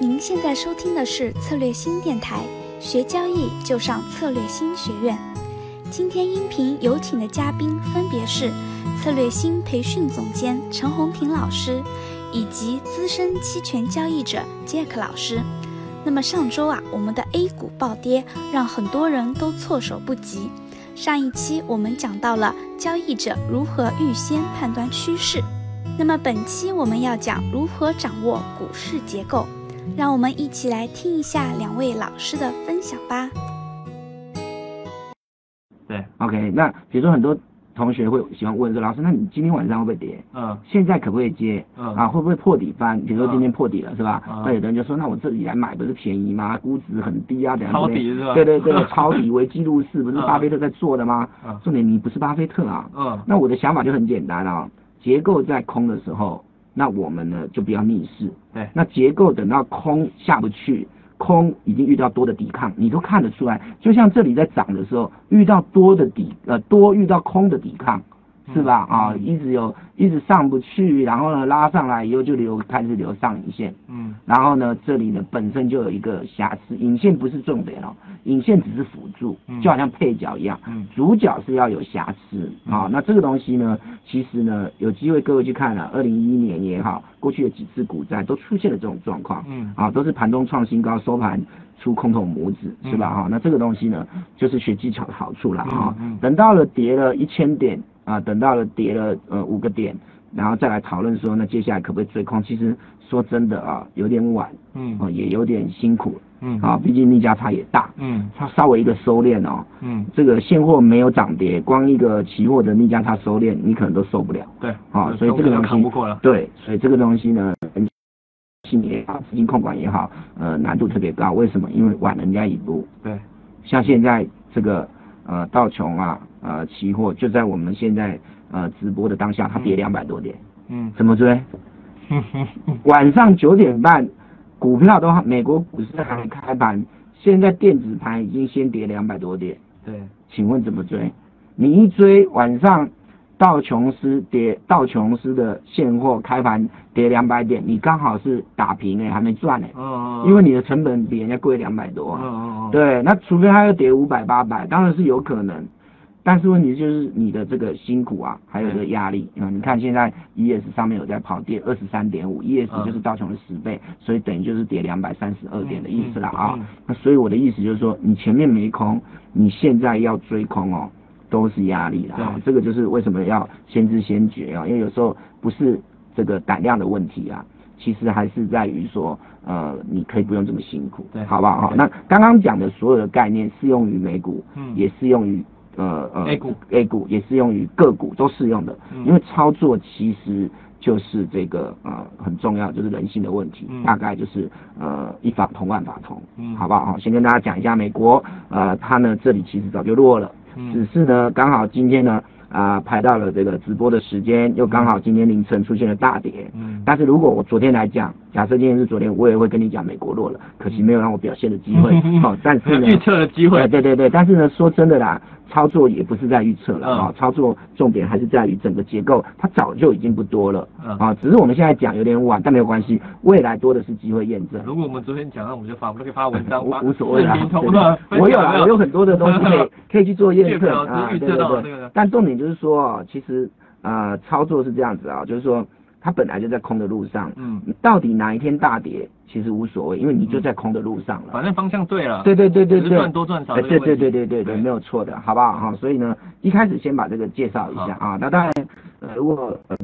您现在收听的是策略新电台，学交易就上策略新学院。今天音频有请的嘉宾分别是策略新培训总监陈红平老师，以及资深期权交易者 Jack 老师。那么上周啊，我们的 A 股暴跌，让很多人都措手不及。上一期我们讲到了交易者如何预先判断趋势，那么本期我们要讲如何掌握股市结构。让我们一起来听一下两位老师的分享吧。对， OK，那比如说很多同学会喜欢问说，老师，那你今天晚上会不会跌？嗯现在可不可以接？嗯啊，会不会破底翻？比如说今天破底了是吧？嗯那有的人就说，那我这里来买不是便宜吗？估值很低啊，怎样？抄底是吧？对对对，抄底为记录 式，不是嗯巴菲特在做的吗？嗯重点你不是巴菲特啊。嗯那我的想法就很简单啊，结构在空的时候，那我们呢就不要逆势。对那结构等到空下不去，空已经遇到多的抵抗，你都看得出来。就像这里在涨的时候，遇到多的抵呃多遇到空的抵抗，是吧？嗯啊，一直有一直上不去，然后呢拉上来以后就留开始留上影线，嗯然后呢这里呢本身就有一个瑕疵，影线不是重点哦，影线只是辅助嗯，就好像配角一样。嗯主角是要有瑕疵啊、那这个东西呢，其实呢，有机会各位去看了、2二零啊一一年也好，过去的几次股灾都出现了这种状况，嗯啊，都是盘中创新高，收盘出空头拇指，是吧？嗯哈、那这个东西呢，就是学技巧的好处了哈、嗯嗯等到了跌了一千点啊，等到了跌了呃五个点，然后再来讨论说，那接下来可不可以追空？其实说真的啊，有点晚嗯啊，也有点辛苦嗯啊，毕竟逆价差也大，嗯它稍微一个收敛哦。嗯，这个现货没有涨跌，光一个期货的逆价差收敛，你可能都受不了。对啊所以这个东西扛不过了。对，所以这个东西呢，嗯信也好，资金控管也好，呃，难度特别高。为什么？因为晚人家一步。对，像现在这个呃道琼啊，呃期货就在我们现在呃直播的当下，它跌两百多点，嗯怎么追？哼哼哼晚上九点半，股票都还美国股市还没开盘，现在电子盘已经先跌两百多点。对，请问怎么追？你一追，晚上道琼斯跌，道琼斯的现货开盘跌两百点，你刚好是打平哎、还没赚哎、嗯，因为你的成本比人家贵两百多、嗯啊。嗯嗯，对，那除非它要跌五百八百，当然是有可能。但是问题就是你的这个辛苦啊，还有这个压力啊、嗯你看现在 ES 上面有在跑跌二十三点五嗯，ES 就是道琼斯十倍，所以等于就是跌两百三十二点的意思了啊。嗯嗯那所以我的意思就是说，你前面没空，你现在要追空哦，都是压力了、啊对。这个就是为什么要先知先觉啊，因为有时候不是这个胆量的问题啊，其实还是在于说，呃，你可以不用这么辛苦，对好不好？哈对那刚刚讲的所有的概念适用于美股，嗯也适用于呃呃 A 股，A 股也适用于个股，都适用的。嗯因为操作其实就是这个呃很重要，就是人性的问题，嗯大概就是呃一法同万法同，嗯好不好？先跟大家讲一下美国，呃，它呢这里其实早就弱了，只嗯是呢刚好今天呢啊、排到了这个直播的时间，又刚好今天凌晨出现了大跌，嗯，但是如果我昨天来讲，假设今天是昨天，我也会跟你讲美国弱了，可惜没有让我表现的机会。好、但是嗯 呢，呃预测的机会对，对对对，但是呢，说真的啦，操作也不是在预测了嗯啊、操作重点还是在于整个结构，它早就已经不多了嗯啊、只是我们现在讲有点晚，但没有关系，未来多的是机会验证。如果我们昨天讲了，我们就发，我们就可以发文章，无发无所谓视啦频，对通对了，我有啦，我有很多的东西可以可以去做 验对证表示啊，预对测对到那对个。但重点就是说，其实呃，操作是这样子啊，就是说它本来就在空的路上，嗯，到底哪一天大跌其实无所谓，因为你就在空的路上了。反正方向对了，对对对嗯对啊只对，是赚多赚少这哎个对问题对对对对对，对没有错的，好不好哈？所以呢，一开始先把这个介绍一下啊。那当然，呃，如果呃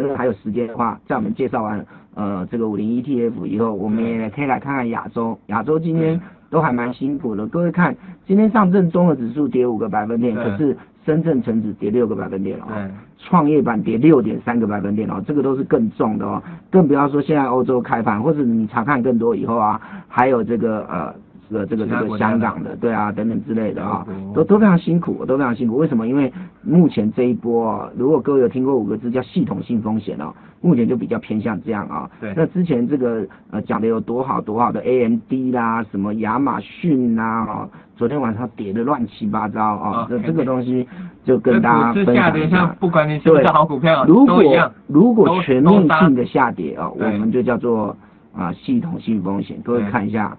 呃还有时间的话，在我们介绍完呃这个五零 ETF 以后，我们嗯也可以来看看亚洲，亚洲今天都还蛮辛苦的。各位看，今天上证综合指数跌五个百分点，对可是深圳成指跌六个百分点了、哦。对，创业板跌六点三个百分点哦，这个都是更重的哦，更不要说现在欧洲开盘，或者你查看更多以后啊，还有这个呃这个这个其他这国个家的香港的对啊等等之类的啊、哦都都非常辛苦，都非常辛苦。为什么？因为目前这一波、哦，如果各位有听过五个字叫系统性风险哦，目前就比较偏向这样啊、对那之前这个呃讲的有多好多好的 AMD 啦，什么亚马逊啦、哦，昨天晚上跌的乱七八糟哦啊、这、这对个东西就跟大家股市分下享跌，一下像。不管你是不是好股票，如都一样果，如都果全面都杀性的下跌啊、对我们就叫做啊系统性风险，各位对看一下，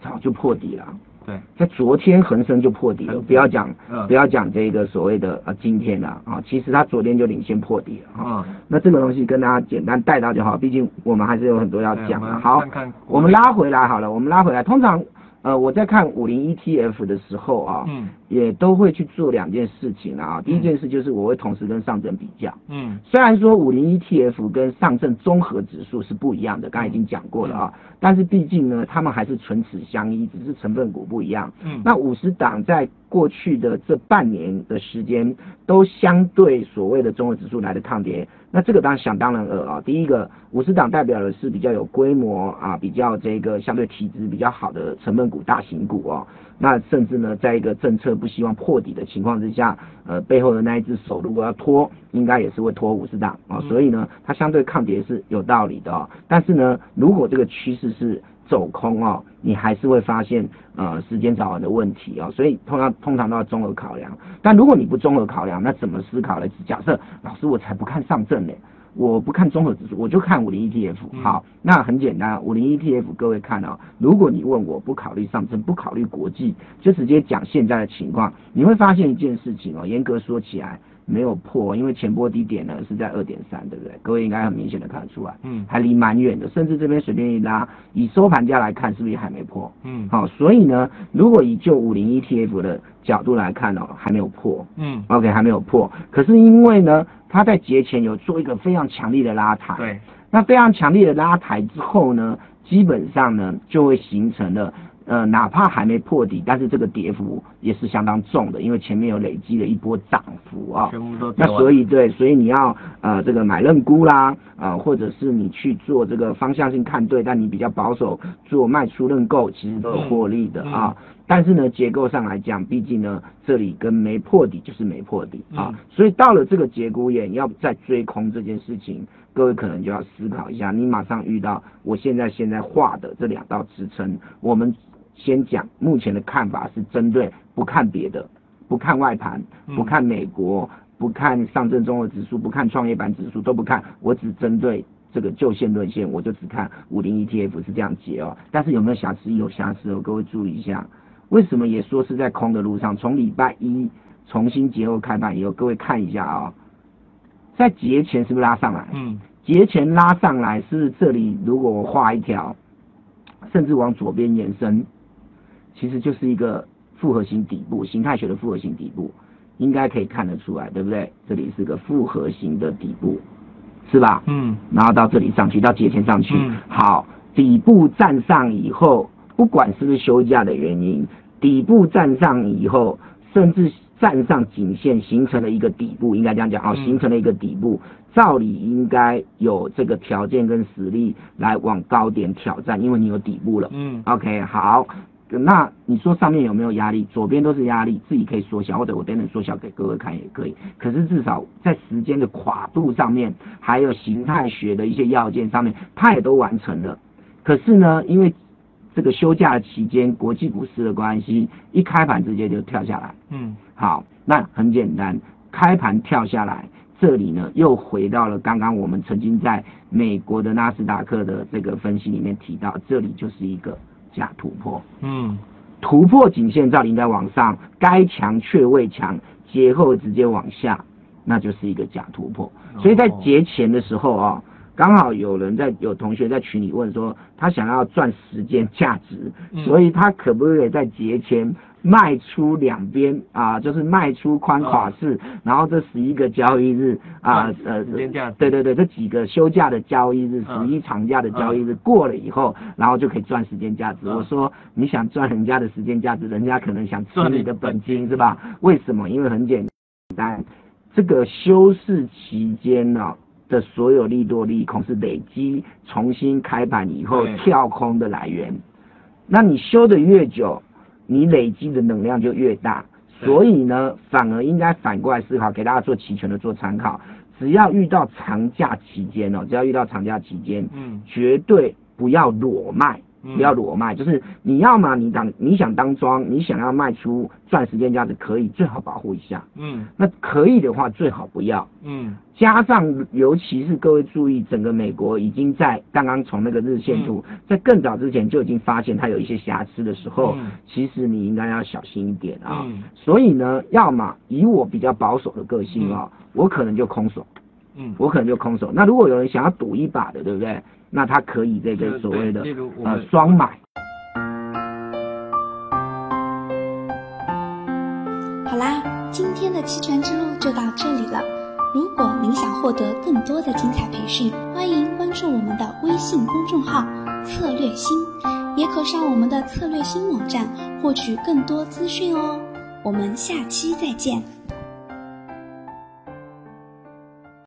早就破底了。对，在昨天恒生就破底了，恒生不要讲嗯不要讲这个所谓的啊今天了啊，其实它昨天就领先破底了啊。嗯，那这个东西跟大家简单带到就好，毕竟我们还是有很多要对讲我的。们好，看看我们拉回来好了，我们拉回来。通常呃我在看五零 ETF 的时候啊，嗯也都会去做两件事情啊。第一嗯件事就是我会同时跟上证比较。嗯虽然说五零 ETF 跟上证综合指数是不一样的，刚才已经讲过了啊、但是毕竟呢，它们还是唇齿相依，只是成分股不一样。嗯，那五十档在过去的这半年的时间，都相对所谓的综合指数来的抗跌。那这个当然想当然了啊、第一个，五十档代表的是比较有规模啊，比较这个相对体质比较好的成分股、大型股哦。那甚至呢，在一个政策不希望破底的情况之下，呃，背后的那一只手如果要拖，应该也是会拖五十档啊。嗯所以呢，它相对抗跌是有道理的哦。但是呢，如果这个趋势是走空哦，你还是会发现呃时间早晚的问题哦，所以通常通常都要综合考量。但如果你不综合考量，那怎么思考呢？假设老师我才不看上证呢，我不看综合指数，我就看五零 ETF 嗯。好，那很简单，五零 ETF 各位看哦，如果你问我不考虑上证，不考虑国际，就直接讲现在的情况，你会发现一件事情哦，严格说起来没有破，因为前波低点呢是在二点三，对不对？各位应该很明显的看得出来。嗯还离蛮远的，甚至这边随便一拉，以收盘价来看，是不是还没破？嗯好、所以呢，如果以就五零 ETF 的角度来看哦，还没有破嗯， ，OK，还没有破。可是因为呢，它在节前有做一个非常强力的拉抬，，对，那非常强力的拉抬之后呢，基本上呢就会形成了。呃，哪怕还没破底，但是这个跌幅也是相当重的，因为前面有累积了一波涨幅啊、全部都那跌完所以对，所以你要呃这个买认沽啦，呃或者是你去做这个方向性看对，但你比较保守做卖出认购，其实都有获利的嗯啊。但是呢，结构上来讲，毕竟呢这里跟没破底就是没破底啊，嗯所以到了这个节骨眼，要再追空这件事情，各位可能就要思考一下，你马上遇到我现在现在画的这两道支撑，我们先讲目前的看法是针对不看别的，不看外盘，嗯不看美国，不看上证综合指数，不看创业板指数都不看，我只针对这个就线论线，我就只看五零 ETF 是这样解哦。但是有没有瑕疵？有瑕疵哦，各位注意一下。为什么也说是在空的路上？从礼拜一重新节后开盘以后，各位看一下啊、在节前是不是拉上来？嗯节前拉上来是不是这里？如果我画一条，甚至往左边延伸，其实就是一个复合型底部，形态学的复合型底部，应该可以看得出来，对不对？这里是个复合型的底部，是吧？嗯然后到这里上去，到节前上去，嗯好，底部站上以后，不管是不是休假的原因，底部站上以后，甚至站上颈线，形成了一个底部，应该这样讲哦，嗯形成了一个底部，照理应该有这个条件跟实力来往高点挑战，因为你有底部了。嗯 OK，好，那你说上面有没有压力？左边都是压力，自己可以缩小，或者我等等缩小给各位看也可以。可是至少在时间的跨度上面，还有形态学的一些要件上面，它也都完成了。可是呢，因为这个休假的期间，国际股市的关系，一开盘直接就跳下来。嗯好，那很简单，开盘跳下来，这里呢又回到了刚刚我们曾经在美国的纳斯达克的这个分析里面提到，这里就是一个假突破，嗯突破颈线照理应该往上，该强却未强，节后直接往下，那就是一个假突破。所以在节前的时候啊、刚好有人在有同学在群里问说，他想要赚时间价值，嗯所以他可不可以在节前卖出两边啊？就是卖出宽垮式，然后这十一个交易日啊，赚呃时，间价值对对对，这几个休假的交易日，嗯十一长假的交易日过了以后，然后就可以赚时间价值。嗯我说你想赚人家的时间价值，人家可能想吃赚你你的本本金金是吧？为什么？因为很简单，这个休市期间呢、的所有利多利空是累积重新开盘以后对跳空的来源。那你修的越久，你累积的能量就越大。对所以呢，反而应该反过来思考，给大家做齐全的做参考。只要遇到长假期间哦，只要遇到长假期间，嗯绝对不要裸卖，嗯不要裸卖，就是你要嘛，你当你想当庄，你想要卖出赚时间价值可以，最好保护一下。嗯那可以的话，最好不要。嗯加上，尤其是各位注意，整个美国已经在刚刚从那个日线图，嗯在更早之前就已经发现它有一些瑕疵的时候，嗯其实你应该要小心一点啊。嗯所以呢，要么以我比较保守的个性啊、我可能就空手，嗯，我可能就空手。那如果有人想要赌一把的，对不对？那他可以这个所谓的例如我呃们双买。好啦，今天的期权之路就到这里了。如果您想获得更多的精彩培训，欢迎关注我们的微信公众号“策略星”，也可上我们的策略星网站获取更多资讯哦。我们下期再见。